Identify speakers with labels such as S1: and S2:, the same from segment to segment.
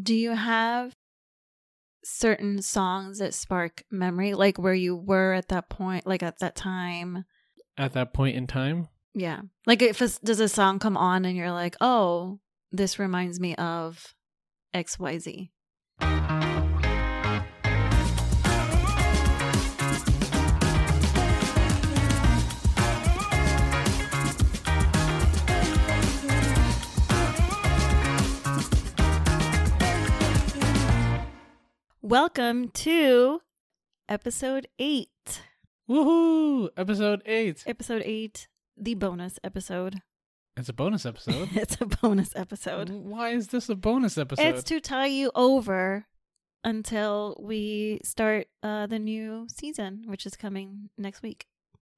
S1: Do you have certain songs that spark memory, like where you were at that point, like at that time?
S2: At that point in time,
S1: Yeah. Like if it's, does a song come on and you're like, "Oh, this reminds me of XYZ." Welcome to episode 8.
S2: woohoo! Episode eight.
S1: Episode 8, the bonus episode.
S2: It's a bonus episode.
S1: it's a bonus episode.
S2: Why is this a bonus episode?
S1: It's to tie you over until we start uh, the new season, which is coming next week.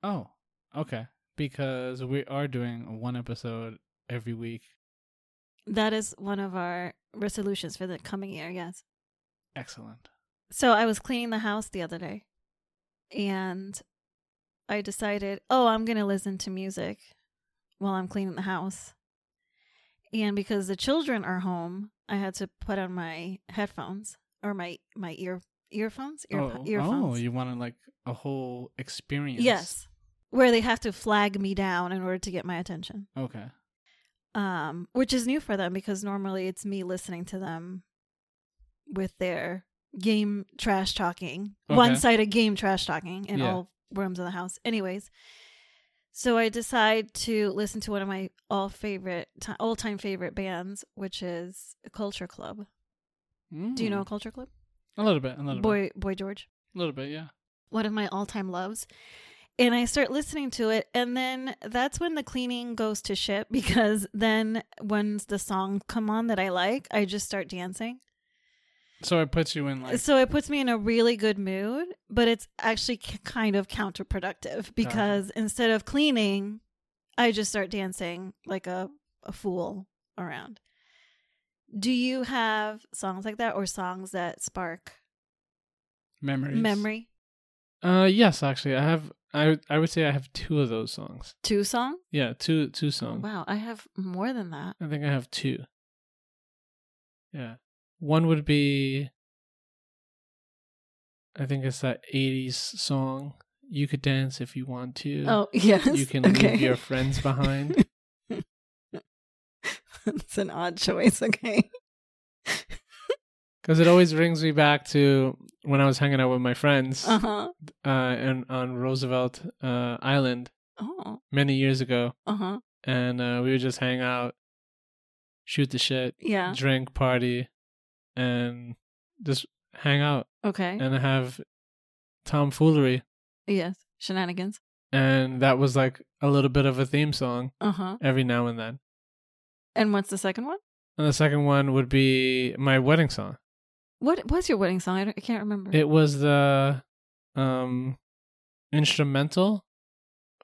S2: oh, okay. Because we are doing one episode every week.
S1: That is one of our resolutions for the coming year, yes.
S2: Excellent.
S1: So I was cleaning the house the other day and I decided, oh, I'm going to listen to music while I'm cleaning the house. And because the children are home, I had to put on my headphones or my my ear earphones, ear,
S2: oh,
S1: earphones.
S2: oh, you wanted like a whole experience.
S1: Yes. Where they have to flag me down in order to get my attention.
S2: Okay.
S1: Um, which is new for them because normally it's me listening to them with their game trash talking.
S2: Okay.
S1: One sided game trash talking in
S2: Yeah.
S1: all rooms of the house. Anyways. So I decide to listen to one of my all favorite all time favorite bands, which is Culture Club. Do you know
S2: Mm.
S1: Culture Club?
S2: A little bit. A little bit.
S1: Boy Boy George.
S2: A little bit. Yeah.
S1: one of my all time loves. And I start listening to it. And then that's when the cleaning goes to shit because then when the song come on that I like, I just start dancing.
S2: So it puts you in like.
S1: so it puts me in a really good mood, but it's actually k- kind of counterproductive because instead of cleaning, I just start dancing like a, a fool around. Do you have songs like that or songs that spark
S2: memories.
S1: memory?
S2: Uh, yes, actually, I have. I I would say I have two of those songs.
S1: Two song?
S2: Yeah, two two
S1: Oh,
S2: songs.
S1: wow, I have more than that.
S2: I think I have two. Yeah, one would be. I think it's that '80s song. You could dance if you want to.
S1: Oh yes.
S2: you can leave your friends behind.
S1: That's an odd choice. Okay.
S2: Because it always brings me back to when I was hanging out with my friends
S1: Uh
S2: uh,
S1: huh.
S2: and on Roosevelt uh, Island
S1: Oh.
S2: many years ago,
S1: Uh huh.
S2: and uh, we would just hang out, shoot the shit,
S1: Yeah.
S2: drink, party, and just hang out
S1: Okay.
S2: and have tomfoolery.
S1: yes. Shenanigans.
S2: And that was like a little bit of a theme song
S1: Uh huh.
S2: every now and then.
S1: And what's the second one?
S2: And the second one would be my wedding song.
S1: What was your wedding song? I, don't, I can't remember.
S2: It was the um instrumental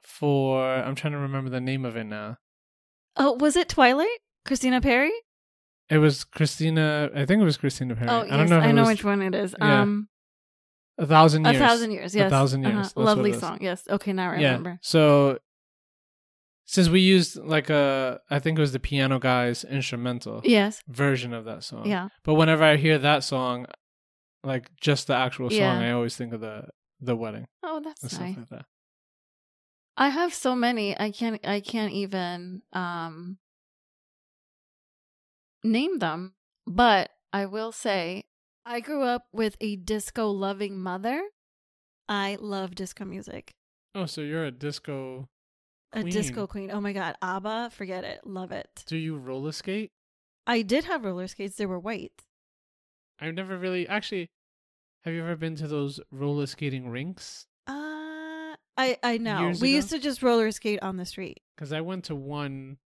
S2: for I'm trying to remember the name of it now.
S1: oh, was it Twilight? Christina Perry?
S2: It was Christina. I think it was Christina Perry.
S1: Oh,
S2: I
S1: yes.
S2: don't know. If
S1: I
S2: it
S1: know
S2: was
S1: which one it is.
S2: Yeah.
S1: Um,
S2: A thousand years.
S1: a thousand years.
S2: A
S1: Yes. Uh-huh.
S2: Thousand Years, that's what it
S1: Lovely
S2: was.
S1: song. Yes. Okay. Now I remember.
S2: So since we used like a I think it was the piano guy's instrumental
S1: Yes.
S2: version of that song.
S1: Yeah.
S2: But whenever I hear that song, like just the actual song,
S1: Yeah.
S2: I always think of the the wedding
S1: Oh, that's
S2: and
S1: nice.
S2: stuff like that.
S1: I have so many. I can't. I can't even um, name them. But I will say, I grew up with a disco-loving mother. I love disco music.
S2: Oh, so you're a disco
S1: A
S2: Queen.
S1: disco queen. Oh my god, ABBA. Forget it. Love it.
S2: do you roller skate? I
S1: I did have roller skates. They were white.
S2: I've never really actually have you ever been to those roller skating rinks?
S1: Uh, I I know.
S2: Years
S1: we
S2: ago?
S1: used to just roller skate on the street.
S2: Because I went to one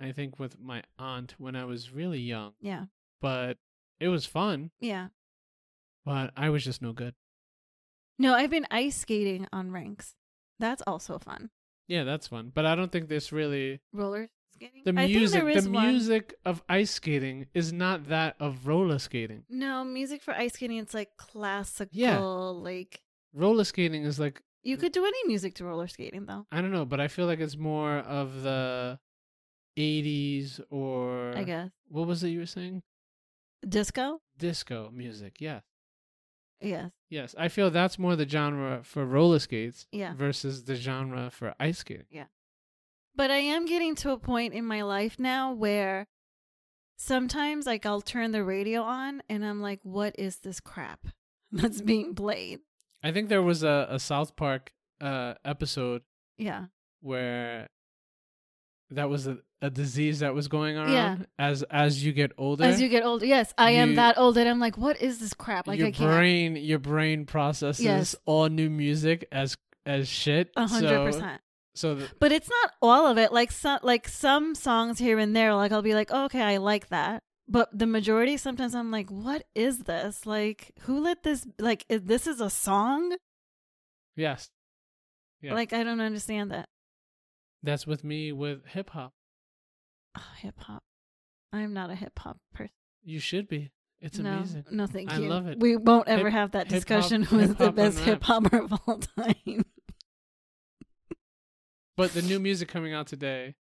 S2: I think with my aunt when I was really young,
S1: Yeah.
S2: but it was fun,
S1: Yeah.
S2: but I was just no good.
S1: No, I've been ice skating on rinks. That's also fun.
S2: Yeah, that's fun. But I don't think this really
S1: Roller skating.
S2: the
S1: I think
S2: music
S1: there is
S2: the
S1: one.
S2: music of ice skating is not that of roller skating.
S1: No, music for ice skating, it's like classical. Like
S2: Roller skating is like
S1: you could do any music to roller skating though.
S2: I don't know, but I feel like it's more of the 80s or
S1: I guess.
S2: what was it you were saying?
S1: Disco?
S2: Disco music, yeah.
S1: Yes.
S2: Yes, I feel that's more the genre for roller skates
S1: Yeah.
S2: versus the genre for ice skating.
S1: But I am getting to a point in my life now where sometimes like I'll turn the radio on and I'm like, what is this crap that's being played?
S2: I think there was a, a South Park uh, episode
S1: Yeah.
S2: where that was a, a disease that was going around
S1: Yeah.
S2: as as you get older.
S1: As you get older, yes, I am
S2: You-
S1: that old and I'm like, what is this crap? Like
S2: your
S1: I can't
S2: brain your brain processes
S1: Yes.
S2: all new music as as shit.
S1: a hundred
S2: So-
S1: percent.
S2: So th-
S1: But it's not all of it. Like some like some songs here and there, like I'll be like, oh, okay, I like that. But the majority, sometimes I'm like, what is this? Like, who let this? Like, i- this is a song?
S2: yes, Yeah.
S1: Like, I don't understand that.
S2: that's with me with hip hop.
S1: Oh, hip hop. I'm not a hip hop person.
S2: You should be. It's
S1: no,
S2: amazing.
S1: no, thank
S2: I
S1: you.
S2: love it.
S1: We won't ever
S2: Hip-
S1: have that
S2: hip-hop-
S1: discussion who's the
S2: hip-hop
S1: best
S2: on
S1: hip hopper of all time.
S2: But the new music coming out today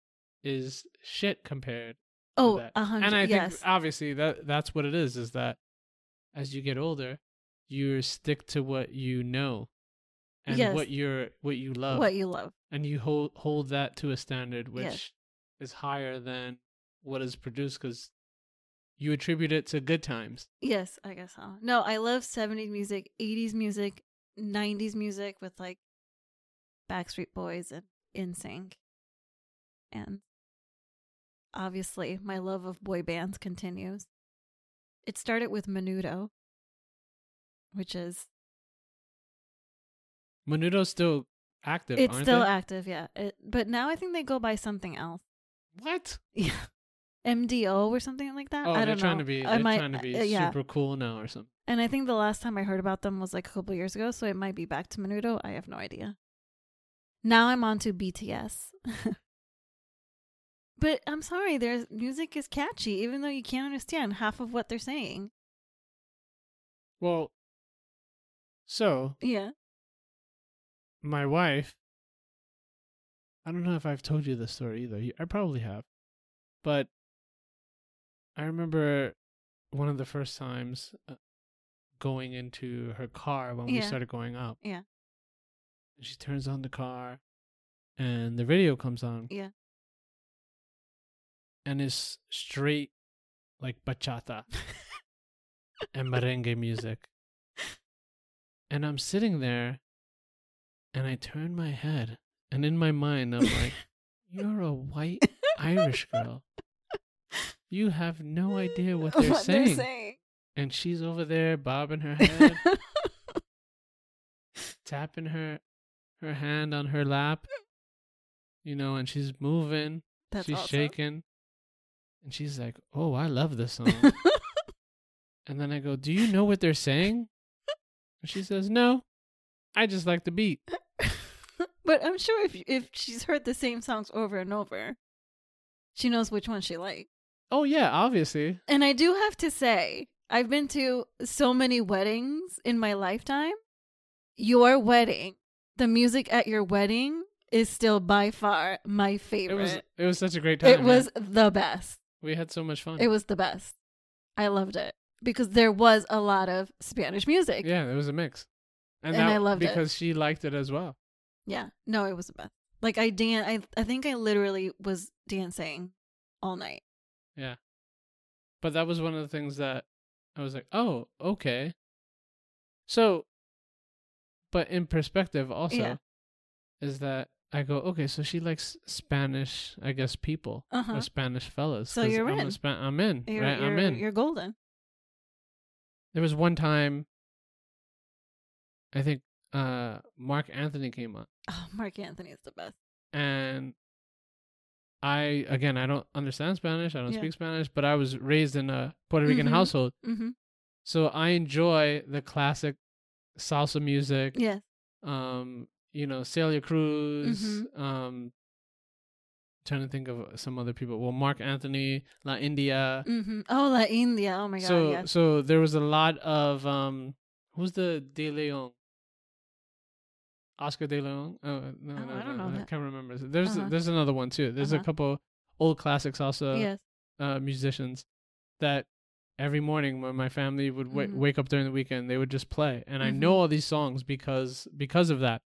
S2: is shit compared
S1: Oh,
S2: that.
S1: a hundred.
S2: And I
S1: yes.
S2: think obviously that that's what it is is that as you get older, you stick to what you know and
S1: Yes.
S2: what you're what you love
S1: what you love.
S2: and you hold hold that to a standard which
S1: Yes.
S2: is higher than what is produced cuz you attribute it to good times.
S1: Yes, I guess so. No, I love 70s music, 80s music, 90s music with like Backstreet Boys and InSync. And obviously, my love of boy bands continues. It started with Menudo, which is
S2: Menudo's still active,
S1: it's
S2: aren't
S1: still
S2: they?
S1: active, yeah. It, but now I think they go by something else.
S2: what?
S1: Yeah. MDO or something like that.
S2: Oh,
S1: I
S2: they're
S1: don't
S2: trying
S1: know.
S2: to be
S1: I
S2: they're
S1: might-
S2: trying to be
S1: uh, yeah.
S2: super cool now or something.
S1: And I think the last time I heard about them was like a couple years ago, so it might be back to Menudo. I have no idea. Now I'm on to BTS. but I'm sorry, their music is catchy, even though you can't understand half of what they're saying.
S2: Well, so
S1: Yeah.
S2: my wife I don't know if I've told you this story either. You- I probably have. But I remember one of the first times uh, going into her car when we
S1: Yeah.
S2: started going out.
S1: Yeah.
S2: And she turns on the car and the radio comes on.
S1: Yeah.
S2: And it's straight like bachata and merengue music. And I'm sitting there and I turn my head and in my mind I'm like, You're a white Irish girl. You have no idea what they're saying. And she's over there bobbing her head, tapping her her hand on her lap. You know, and she's moving,
S1: That's
S2: she's
S1: awesome.
S2: shaking. And she's like, "Oh, I love this song." and then I go, "Do you know what they're saying?" And she says, "No. I just like the beat."
S1: but I'm sure if if she's heard the same songs over and over, she knows which one she likes.
S2: Oh yeah, obviously.
S1: And I do have to say, I've been to so many weddings in my lifetime. Your wedding, the music at your wedding is still by far my
S2: It was
S1: favorite.
S2: it was such a great
S1: It
S2: time. Hmm.
S1: was,
S2: man.
S1: the best.
S2: we had so much fun.
S1: It was the best. I loved it because there was a lot of Spanish music.
S2: Yeah, it was a mix.
S1: And I loved it.
S2: because she liked it as well.
S1: Yeah. No, it was the best. Like I dan I I think I literally was dancing all night.
S2: But that was one of the things that I was like, "Oh, okay." So but in perspective also
S1: Yeah.
S2: is that I go, "Okay, so she likes Spanish, I guess people
S1: Uh-huh.
S2: or Spanish fellas."
S1: So
S2: 'cause
S1: you're
S2: I'm, a
S1: in.
S2: Spa- I'm in.
S1: You're,
S2: right? I'm
S1: you're-
S2: in.
S1: You're golden.
S2: There was one time I think uh Mark Anthony came on
S1: Oh, Mark Anthony is the best.
S2: and I again I don't understand Spanish, I don't
S1: Yeah.
S2: speak Spanish, but I was raised in a Puerto Rican
S1: Mhm.
S2: household,
S1: Mm-hmm.
S2: so I enjoy the classic salsa music.
S1: Yes.
S2: Um, you know, Celia Cruz.
S1: Mhm.
S2: Um, trying to think of some other people. Well, Mark Anthony, La India.
S1: Mm-hmm. Oh, La India. Oh my God.
S2: so
S1: yes.
S2: so there was a lot of um, who's the De Leon. Oscar De Leon? Oh no,
S1: Oh,
S2: no,
S1: I don't
S2: no,
S1: know
S2: no, I
S1: that.
S2: can't remember. There's
S1: Uh-huh.
S2: there's another one too. There's
S1: Uh-huh.
S2: a couple old classics also
S1: yes.
S2: uh, musicians that every morning when my family would wa-
S1: Mhm.
S2: wake up during the weekend they would just play and i
S1: Mhm.
S2: know all these songs because because of that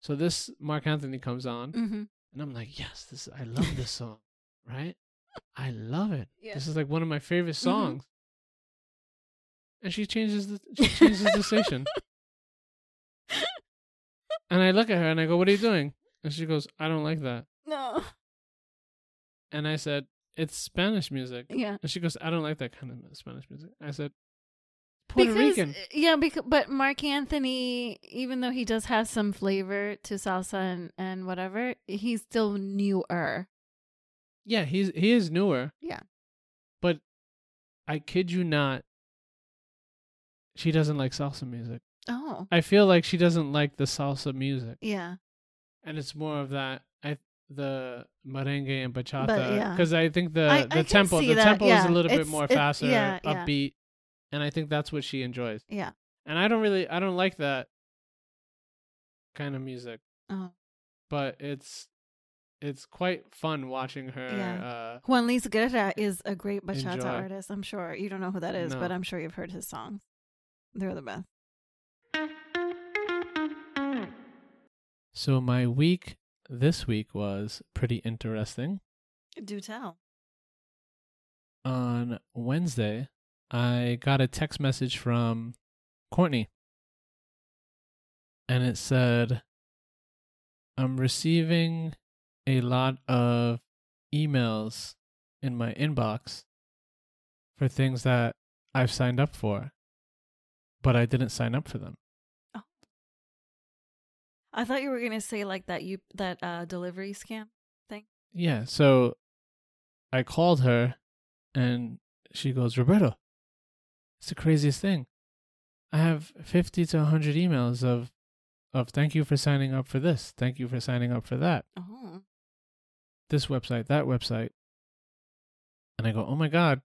S2: so this mark anthony comes on
S1: Mm-hmm.
S2: and i'm like yes this i love this song right i love it
S1: Yeah.
S2: this is like one of my favorite songs and she changes the she changes the station and i look at her and i go what are you doing and she goes i don't like that
S1: No.
S2: and i said it's spanish music
S1: Yeah.
S2: and she goes, I don't like that kind of Spanish music. I said, Puerto Rican.
S1: Yeah, because but Mark Anthony, even though he does have some flavor to salsa and, and whatever, he's still newer.
S2: Yeah, he's he is newer.
S1: Yeah.
S2: But I kid you not, she doesn't like salsa music.
S1: Oh.
S2: I feel like she doesn't like the salsa music.
S1: Yeah.
S2: And it's more of that I the merengue and bachata
S1: But, yeah.
S2: cuz I think the
S1: I- I
S2: the
S1: can
S2: tempo
S1: see
S2: the
S1: that,
S2: tempo is
S1: yeah.
S2: a little bit
S1: It's-
S2: more
S1: it-
S2: faster,
S1: yeah, yeah.
S2: upbeat. And I think that's what she enjoys.
S1: Yeah.
S2: And I don't really I don't like that kind of music.
S1: Oh.
S2: but it's it's quite fun watching her.
S1: Yeah.
S2: Uh,
S1: Juan Luis Guerra is a great bachata
S2: Enjoy.
S1: artist. I'm sure you don't know who that is,
S2: No.
S1: but I'm sure you've heard his songs. They're the best.
S2: so my week this week was pretty interesting.
S1: Do tell.
S2: On Wednesday, I got a text message from Courtney, and it said, "I'm receiving a lot of emails in my inbox for things that I've signed up for, but I didn't sign up for them."
S1: I thought you were gonna say like that you that uh delivery scam.
S2: Yeah, so I called her and she goes, Roberto, it's the craziest thing. I have 50 to 100 emails of of thank you for signing up for this, thank you for signing up for that,
S1: Oh.
S2: this website, that website. And I go, "Oh my god,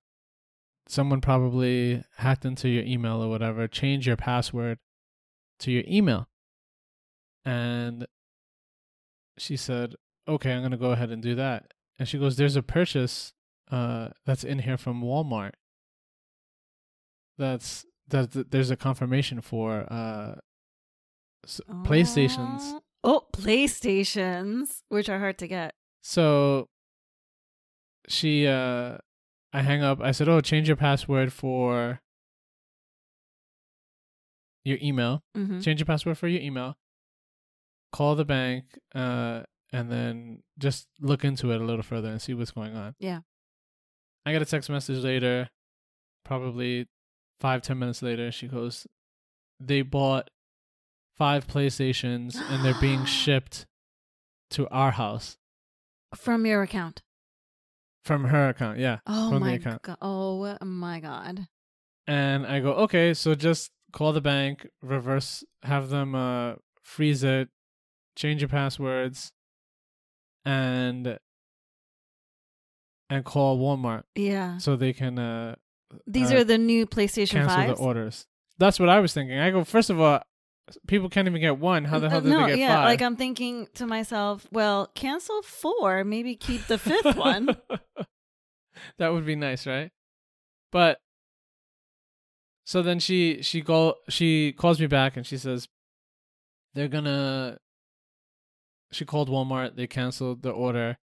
S2: someone probably hacked into your email or whatever, changed your password to your email." And she said, okay, I'm going to go ahead and do that. And she goes, there's a purchase uh, that's in here from Walmart. That's that that there's a confirmation for uh, s- PlayStations.
S1: Oh. Oh, PlayStations, which are hard to get.
S2: So she, uh, I hang up. I said, oh, change your password for your email.
S1: Mm-hmm.
S2: change your password for your email call the bank uh and then just look into it a little further and see what's going on
S1: Yeah.
S2: i got a text message later probably five ten minutes later she goes they bought five playstations and they're being shipped to our house
S1: From your account.
S2: from her account yeah
S1: Oh
S2: From the
S1: my
S2: account.
S1: god. Oh my god.
S2: and I go, okay, so just call the bank, reverse, have them uh, freeze it, change your passwords, and and call Walmart
S1: Yeah.
S2: so they can uh,
S1: These
S2: uh,
S1: are the new PlayStation
S2: cancel
S1: 5s.
S2: the orders. That's what I was thinking. I go, first of all, people can't even get one. How the hell
S1: Uh,
S2: did
S1: no,
S2: they get
S1: yeah,
S2: five?
S1: like I'm thinking to myself, well, cancel four, maybe keep the fifth one.
S2: that would be nice, right? But so then she she call she calls me back and she says they're gonna. She called Walmart. They canceled the order,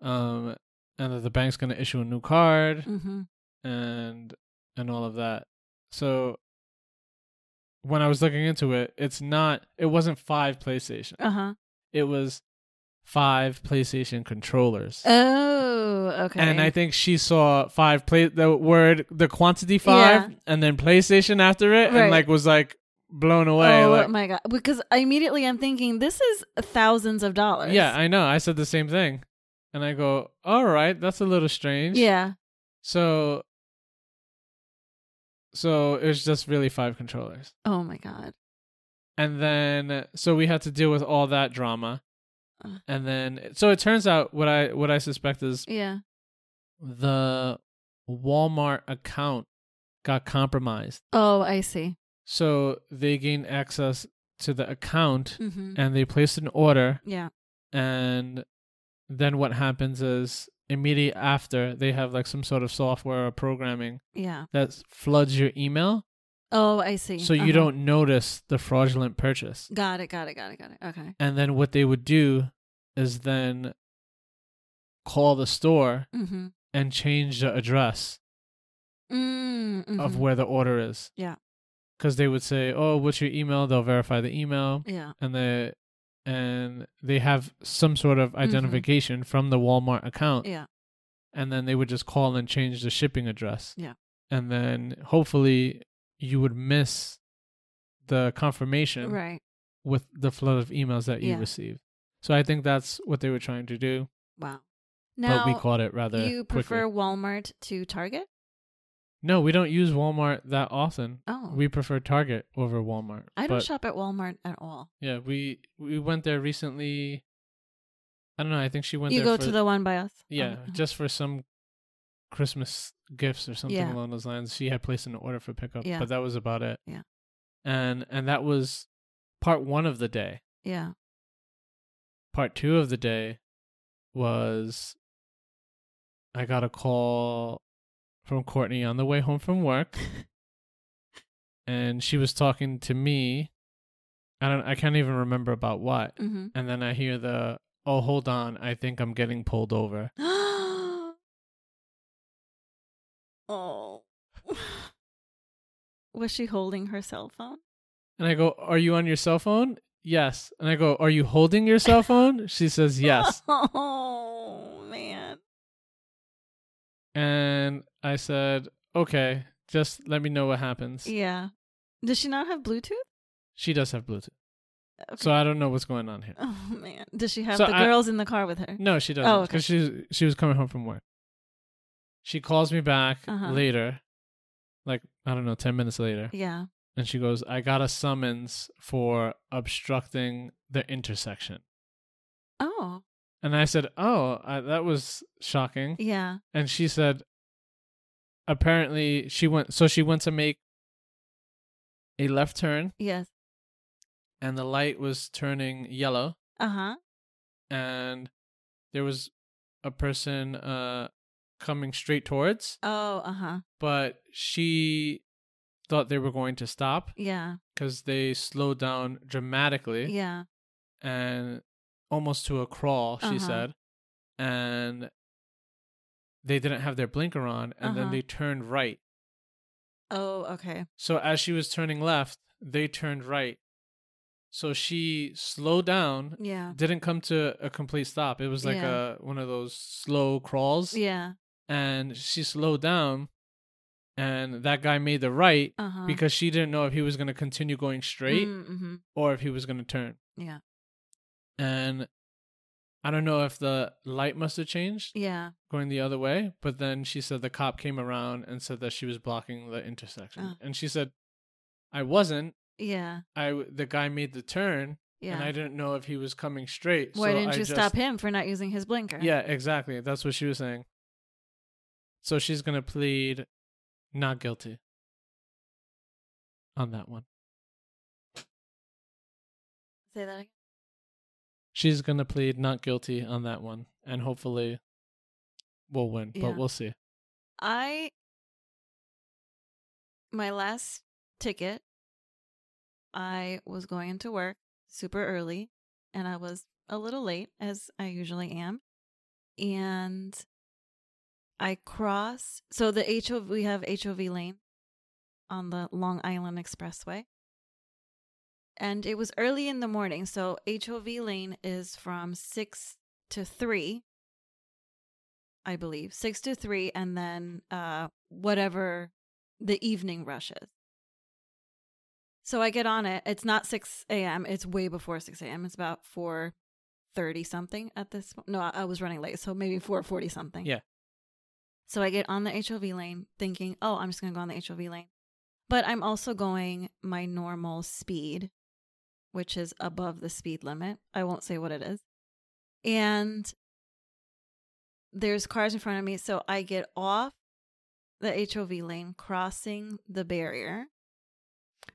S2: um, and that the bank's gonna issue a new card
S1: Mm-hmm.
S2: and and all of that. So when I was looking into it, it's not. It wasn't five PlayStation.
S1: Uh huh.
S2: It was five PlayStation controllers.
S1: Oh, okay.
S2: And I think she saw five play the word the quantity five
S1: Yeah.
S2: and then PlayStation after it
S1: Right.
S2: and like was like blown away.
S1: oh
S2: like,
S1: my god! Because immediately I'm thinking this is thousands of dollars.
S2: yeah, I know. I said the same thing. And I go, All right, that's a little strange.
S1: yeah.
S2: So So it's just really five controllers.
S1: Oh my god.
S2: And then so we had to deal with all that drama.
S1: Ugh.
S2: And then so it turns out what I what I suspect is
S1: Yeah.
S2: the Walmart account got compromised.
S1: Oh, I see.
S2: So they gained access to the account
S1: Mm-hmm.
S2: and they placed an order.
S1: Yeah.
S2: And then what happens is immediately after they have like some sort of software or programming
S1: Yeah.
S2: that floods your email
S1: Oh, I see.
S2: so you
S1: Uh-huh.
S2: don't notice the fraudulent purchase.
S1: Got it. Got it. Got it. Got it. Okay.
S2: And then what they would do is then call the store
S1: Mm-hmm.
S2: and change the address
S1: Mm-hmm.
S2: of where the order is.
S1: Yeah.
S2: Cuz they would say, "Oh, what's your email?" They'll verify the email
S1: yeah.
S2: and they and they have some sort of identification from the Walmart account
S1: Mm-hmm. Yeah.
S2: and then they would just call and change the shipping address.
S1: Yeah.
S2: And then hopefully you would miss the confirmation
S1: Right.
S2: with the flood of emails that you
S1: Yeah.
S2: receive. So I think that's what they were trying to do,
S1: Wow.
S2: but we
S1: Now,
S2: caught it rather
S1: you
S2: quickly.
S1: prefer Walmart to Target?
S2: No, we don't use Walmart that often.
S1: Oh.
S2: We prefer Target over Walmart.
S1: I don't
S2: but
S1: shop at Walmart at all.
S2: Yeah, we we went there recently. I don't know. I think she went
S1: You
S2: there
S1: go
S2: for
S1: to the one by us?
S2: yeah,
S1: Okay.
S2: just for some Christmas gifts or something
S1: Yeah.
S2: along those lines. She had placed an order for pickup,
S1: Yeah.
S2: but that was about it.
S1: Yeah.
S2: And and that was part 1 of the day.
S1: Yeah.
S2: part two of the day was I got a call from Courtney on the way home from work, and she was talking to me. I don't. I can't even remember about what.
S1: Mm-hmm.
S2: And then I hear the, "Oh, hold on, I think I'm getting pulled over."
S1: oh. Was she holding her cell phone?
S2: And I go, "Are you on your cell phone?" Yes. And I go, "Are you holding your cell phone?" She says, "Yes."
S1: Oh, man.
S2: And I said, "Okay, just let me know what happens."
S1: Yeah. Does she not have Bluetooth?
S2: She does have Bluetooth.
S1: Okay.
S2: So I don't know what's going on here.
S1: oh, man. Does she have
S2: So
S1: the
S2: I-
S1: girls in the car with her?
S2: No, she doesn't.
S1: Oh, okay.
S2: Because she she was coming home from work. She calls me back
S1: Uh-huh.
S2: later, like I don't know, ten minutes later,
S1: Yeah.
S2: and she goes, "I got a summons for obstructing the intersection."
S1: Oh,
S2: And I said, "Oh, I, that was shocking."
S1: yeah.
S2: And she said, "Apparently, she went. So she went to make a left turn,
S1: Yes.
S2: and the light was turning yellow,
S1: Uh huh.
S2: and there was a person uh coming straight towards."
S1: Oh, uh huh.
S2: but she thought they were going to stop
S1: Yeah.
S2: because they slowed down dramatically
S1: Yeah.
S2: and almost to a crawl, she
S1: Uh-huh.
S2: said. And they didn't have their blinker on, and then
S1: Uh-huh.
S2: they turned right.
S1: Oh, okay.
S2: So as she was turning left, they turned right. So she slowed down,
S1: Yeah.
S2: didn't come to a complete stop. It was like
S1: Uh. Yeah.
S2: a one of those slow crawls,
S1: Yeah.
S2: and she slowed down, and that guy made the right,
S1: Uh huh.
S2: because she didn't know if he was going to continue going straight
S1: Mm-hmm.
S2: or if he was going to turn.
S1: Yeah.
S2: And I don't know if the light must have changed
S1: Yeah.
S2: going the other way, but then she said the cop came around and said that she was blocking the intersection.
S1: Oh.
S2: And she said, "I wasn't.
S1: Yeah.
S2: I w- the guy made the turn
S1: Yeah.
S2: and I didn't know if he was coming straight."
S1: Why
S2: so
S1: didn't
S2: I
S1: you
S2: just-
S1: stop him for not using his blinker?
S2: Yeah, exactly. That's what she was saying. So she's going to plead not guilty on that one.
S1: Say that again.
S2: she's gonna plead not guilty on that one, and hopefully, we'll win.
S1: Yeah.
S2: But we'll see.
S1: I my last ticket I was going to work super early and I was a little late as I usually am and I cross so the HOV we have HOV lane on the Long Island Expressway and it was early in the morning so HOV lane is from 6 to 3 I believe, six to three, and then uh, whatever the evening rush is. So I get on it. It's not six a.m. It's way before six a.m. It's about four thirty something at this. No, I, I was running late, so maybe four forty something.
S2: Yeah.
S1: So I get on the HOV lane, thinking, "Oh, I'm just gonna go on the HOV lane," but I'm also going my normal speed, which is above the speed limit. I won't say what it is, and there's cars in front of me, so I get off the HOV lane, crossing the barrier,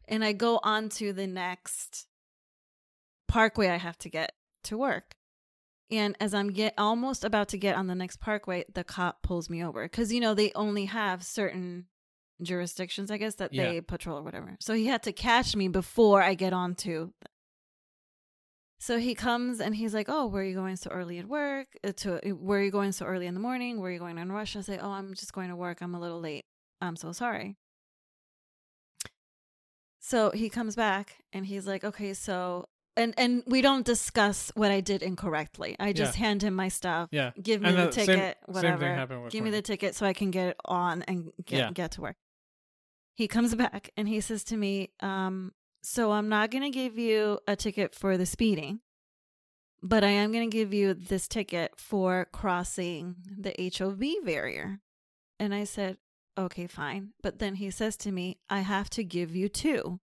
S1: and I go on to the next parkway I have to get to work. And as I'm get almost about to get on the next parkway, the cop pulls me over because you know they only have certain jurisdictions, I guess, that
S2: Yeah.
S1: they patrol or whatever. So he had to catch me before I get onto. So he comes and he's like, "Oh, where are you going so early at work? Uh, To where are you going so early in the morning? Where are you going on rush?" I say, "Oh, I'm just going to work. I'm a little late. I'm so sorry." So he comes back and he's like, "Okay, so." And and we don't discuss what I did incorrectly. I just hand him my stuff.
S2: Yeah.
S1: Give me
S2: And
S1: the
S2: the same-
S1: ticket, whatever.
S2: Same thing happened with
S1: Give me the
S2: Courtney.
S1: ticket so I can get on and get
S2: Yeah.
S1: get to work. He comes back and he says to me, um, "So I'm not going to give you a ticket for the speeding, but I am going to give you this ticket for crossing the HOV barrier." And I said, "Okay, fine." But then he says to me, "I have to give you two.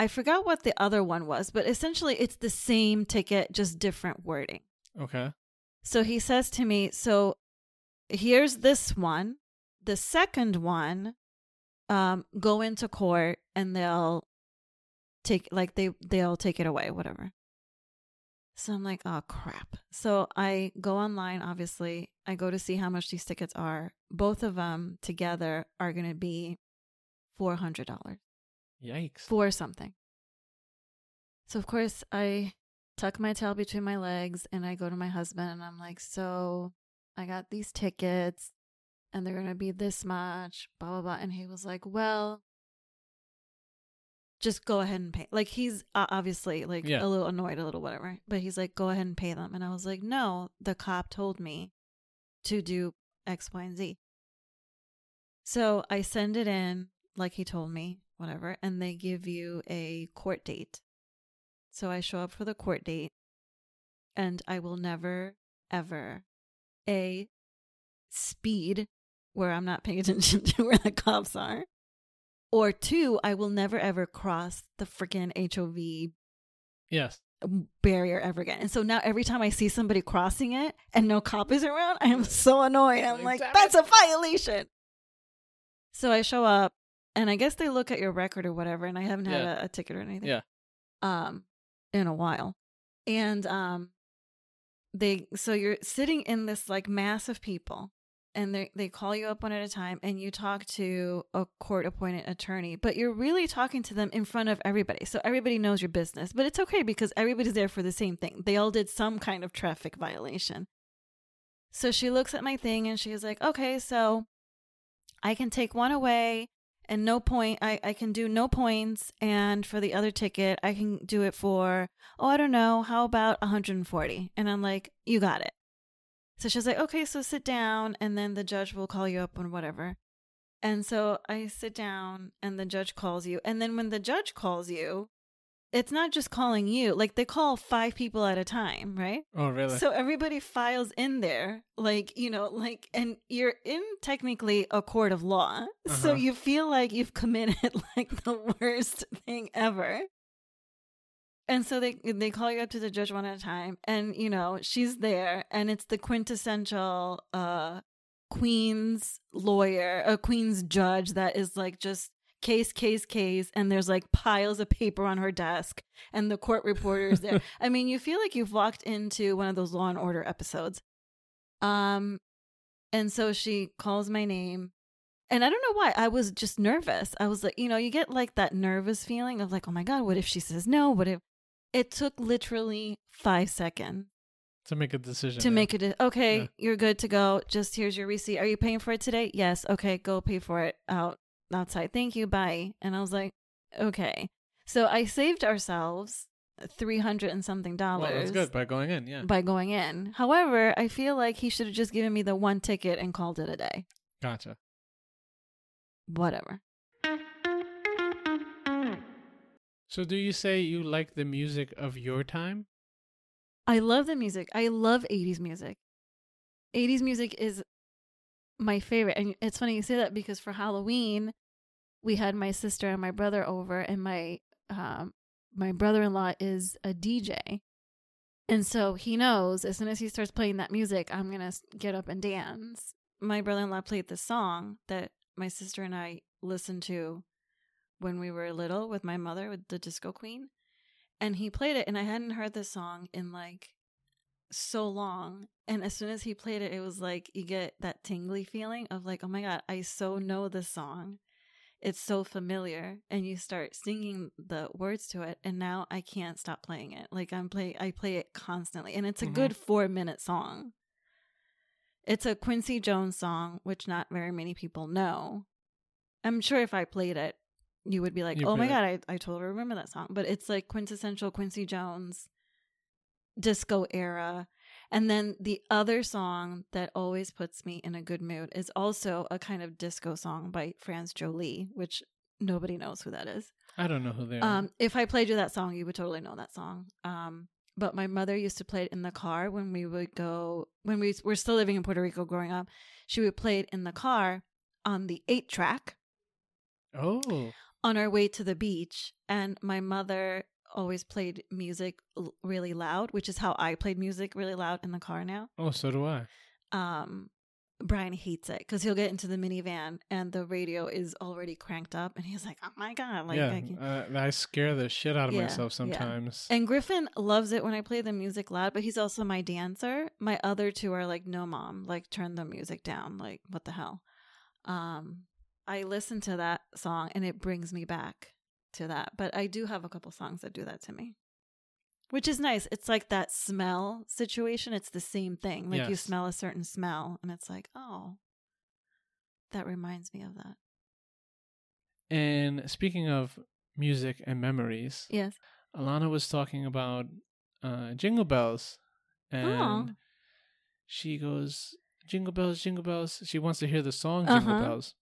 S1: I forgot what the other one was, but essentially it's the same ticket, just different wording.
S2: okay.
S1: So he says to me, So here's this one. The second one, um, go into court and they'll take like they they'll take it away, whatever. So I'm like, oh crap. So I go online, obviously. I go to see how much these tickets are. Both of them together are gonna be four hundred dollars
S2: Yikes.
S1: for something. So of course I tuck my tail between my legs and I go to my husband and I'm like, "So, I got these tickets and they're going to be this much, blah blah blah." And he was like, "Well, just go ahead and pay." Like he's uh, obviously like
S2: Yeah.
S1: a little annoyed, a little whatever, but he's like, "Go ahead and pay them." And I was like, "No, the cop told me to do X, Y, and Z." So I send it in, like he told me, whatever, and they give you a court date. So I show up for the court date, and I will never, ever, A, speed where I'm not paying attention to where the cops are, or two, I will never, ever cross the freaking HOV
S2: yes.
S1: barrier ever again. And so now every time I see somebody crossing it and no cop is around, I am so annoyed. I'm like,
S2: Like, "Damn
S1: that's a violation. So I show up and I guess they look at your record or whatever, and I haven't had
S2: Yeah.
S1: a, a ticket or anything.
S2: Yeah.
S1: Um in a while. And um they so you're sitting in this like mass of people and they they call you up one at a time and you talk to a court appointed attorney but you're really talking to them in front of everybody so everybody knows your business but it's okay because everybody's there for the same thing they all did some kind of traffic violation so she looks at my thing and she's like okay so i can take one away and no point I, I can do no points and for the other ticket i can do it for oh i don't know how about 140 and i'm like you got it so she's like okay so sit down and then the judge will call you up on whatever and so i sit down and the judge calls you and then when the judge calls you it's not just calling you like they call five people at a time right
S2: Oh, really?
S1: so everybody files in there, like, you know, like, and you're in technically a court of law. So
S2: Uh-huh.
S1: you feel like you've committed like the worst thing ever. And so they they call you up to the judge one at a time, and you know she's there, and it's the quintessential uh, Queen's lawyer, a Queen's judge that is like just case, case, case, and there's like piles of paper on her desk, and the court reporter is there. I mean, you feel like you've walked into one of those Law and Order episodes. Um, and so she calls my name, and I don't know why. I was just nervous. I was like, you know, you get like that nervous feeling of like, oh my god, what if she says no? What if? It took literally five seconds
S2: to make a decision.
S1: to
S2: yeah.
S1: make it a- okay
S2: Yeah.
S1: you're good to go just here's your receipt are you paying for it today yes okay go pay for it out outside thank you bye and i was like okay so i saved ourselves 300 and something
S2: Well,
S1: dollars
S2: that's good by going in. Yeah.
S1: by going in however i feel like he should have just given me the one ticket and called it a day
S2: Gotcha.
S1: whatever
S2: So, do you say you like the music of your time?
S1: I love the music. I love 80s music. 80s music is my favorite. And it's funny you say that because for Halloween, we had my sister and my brother over and my um my brother-in-law is a DJ. And so he knows as soon as he starts playing that music, I'm going to get up and dance. My brother-in-law played the song that my sister and I listened to when we were little with my mother with the disco queen and he played it and i hadn't heard this song in like so long. And as soon as he played it, it was like you get that tingly feeling of like, oh my God, I so know this song. It's so familiar. And you start singing the words to it. And now I can't stop playing it. Like I'm play I play it constantly. And it's a
S2: Mhm.
S1: good four minute song. It's a Quincy Jones song, which not very many people know. I'm sure if I played it, you would be like,
S2: You'd
S1: oh
S2: be
S1: my
S2: like-
S1: God, I, I totally remember that song. But it's like quintessential Quincy Jones disco era. And then the other song that always puts me in a good mood is also a kind of disco song by Franz Jolie, which nobody knows who that is.
S2: I don't know who they are.
S1: Um, if I played you that song, you would totally know that song. Um, but my mother used to play it in the car when we would go when we were still living in Puerto Rico growing up. She would play it in the car on the eight track
S2: oh,
S1: on our way to the beach and my mother always played music l- really loud which is how i played music really loud in the car now
S2: oh, so do I.
S1: um Brian hates it because he'll get into the minivan and the radio is already cranked up and he's like, "Oh my god!" Like, I
S2: yeah,
S1: can't.
S2: uh, I scare the shit out of
S1: Yeah,
S2: myself
S1: yeah.
S2: sometimes.
S1: and Griffin loves it when I play the music loud, but he's also my dancer. My other two are like, "No, mom, like turn the music down. Like, what the hell?" Um, I listen to that song and it brings me back to that. But I do have a couple songs that do that to me, which is nice. It's like that smell situation. It's the same thing. Like you
S2: Yes.
S1: smell a certain smell, and it's like, oh, that reminds me of that.
S2: And speaking of music and memories,
S1: Yes.
S2: Alana was talking about uh, Jingle Bells. And
S1: Oh.
S2: she goes, Jingle Bells, Jingle Bells. She wants to hear the song Jingle
S1: Uh-huh.
S2: Bells.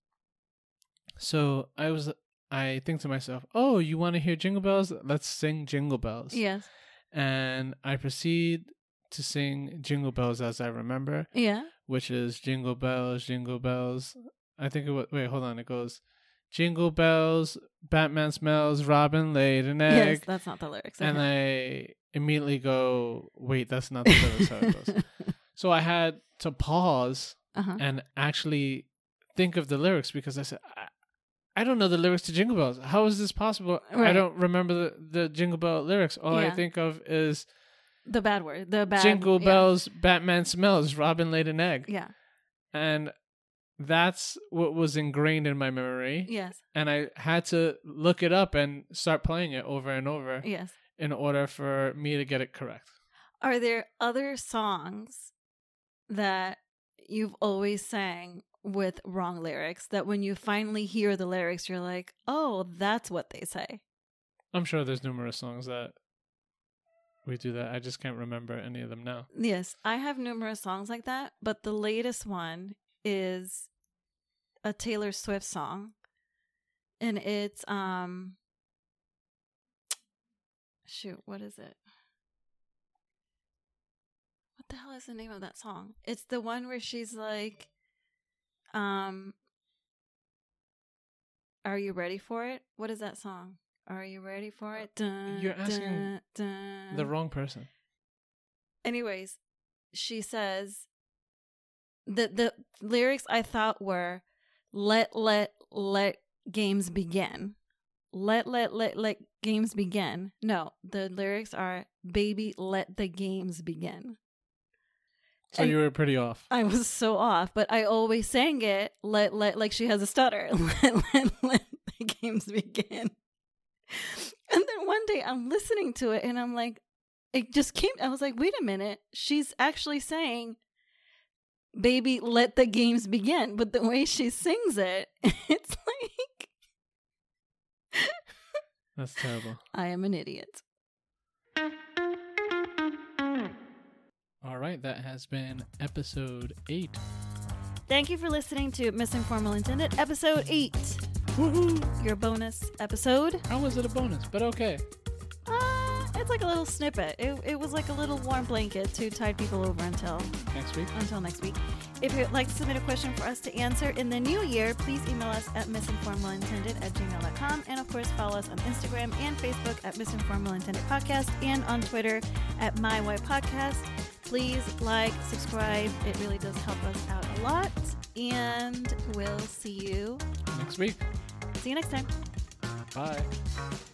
S2: So I was, I think to myself, oh, you want to hear Jingle Bells? Let's sing Jingle Bells.
S1: Yes.
S2: And I proceed to sing Jingle Bells as I remember
S1: Yeah.
S2: which is Jingle Bells, Jingle Bells. I think it was. Wait, hold on. It goes Jingle Bells, Batman smells, Robin laid an
S1: Yes.
S2: egg.
S1: That's not the lyrics.
S2: and I immediately go, wait, that's not the lyrics. how it goes. So I had to pause
S1: uh huh.
S2: and actually think of the lyrics because I said, I, I don't know the lyrics to Jingle Bells. How is this possible?
S1: Right.
S2: I don't remember the, the Jingle Bell lyrics. All I
S1: Yeah.
S2: think of is
S1: The bad word. The bad
S2: Jingle
S1: yeah.
S2: Bells, Batman smells, Robin laid an egg.
S1: Yeah.
S2: and that's what was ingrained in my memory
S1: Yes.
S2: and i had to look it up and start playing it over and over
S1: Yes.
S2: in order for me to get it correct
S1: Are there other songs that you've always sang with wrong lyrics that when you finally hear the lyrics, you're like, oh, that's what they say?
S2: i'm sure there's numerous songs that we do that i just can't remember any of them now
S1: Yes. I have numerous songs like that, but the latest one is a Taylor Swift song. And it's, um, shoot, what is it? What the hell is the name of that song? It's the one where she's like, um, are you ready for it? What is that song? Are you ready for it? Dun,
S2: Uh, You're asking
S1: dun,
S2: the
S1: dun.
S2: wrong person
S1: Anyways, she says the the lyrics I thought were let let let games begin. Let let let let games begin. No, the lyrics are baby let the games begin.
S2: so
S1: And-
S2: you were pretty off
S1: I was so off, but I always sang it let let like she has a stutter. Let let let the games begin. And then one day I'm listening to it and I'm like it just came I was like, wait a minute, she's actually saying Baby, let the games begin. But the way she sings it, it's like
S2: that's terrible
S1: I am an idiot.
S2: all right that has been episode 8
S1: Thank you for listening to Misinformal Intended, episode eight. Woohoo! Your bonus episode.
S2: how was it a bonus but okay
S1: Uh, it's like a little snippet. It, it was like a little warm blanket to tide people over until
S2: next week
S1: until next week. If you'd like to submit a question for us to answer in the new year, please email us at misinformalintended at gmail.com. And of course, follow us on Instagram and Facebook at misinformalintended podcast and on Twitter at mywhypodcast. Please like, subscribe. It really does help us out a lot. And we'll see you.
S2: next week
S1: See you next time.
S2: bye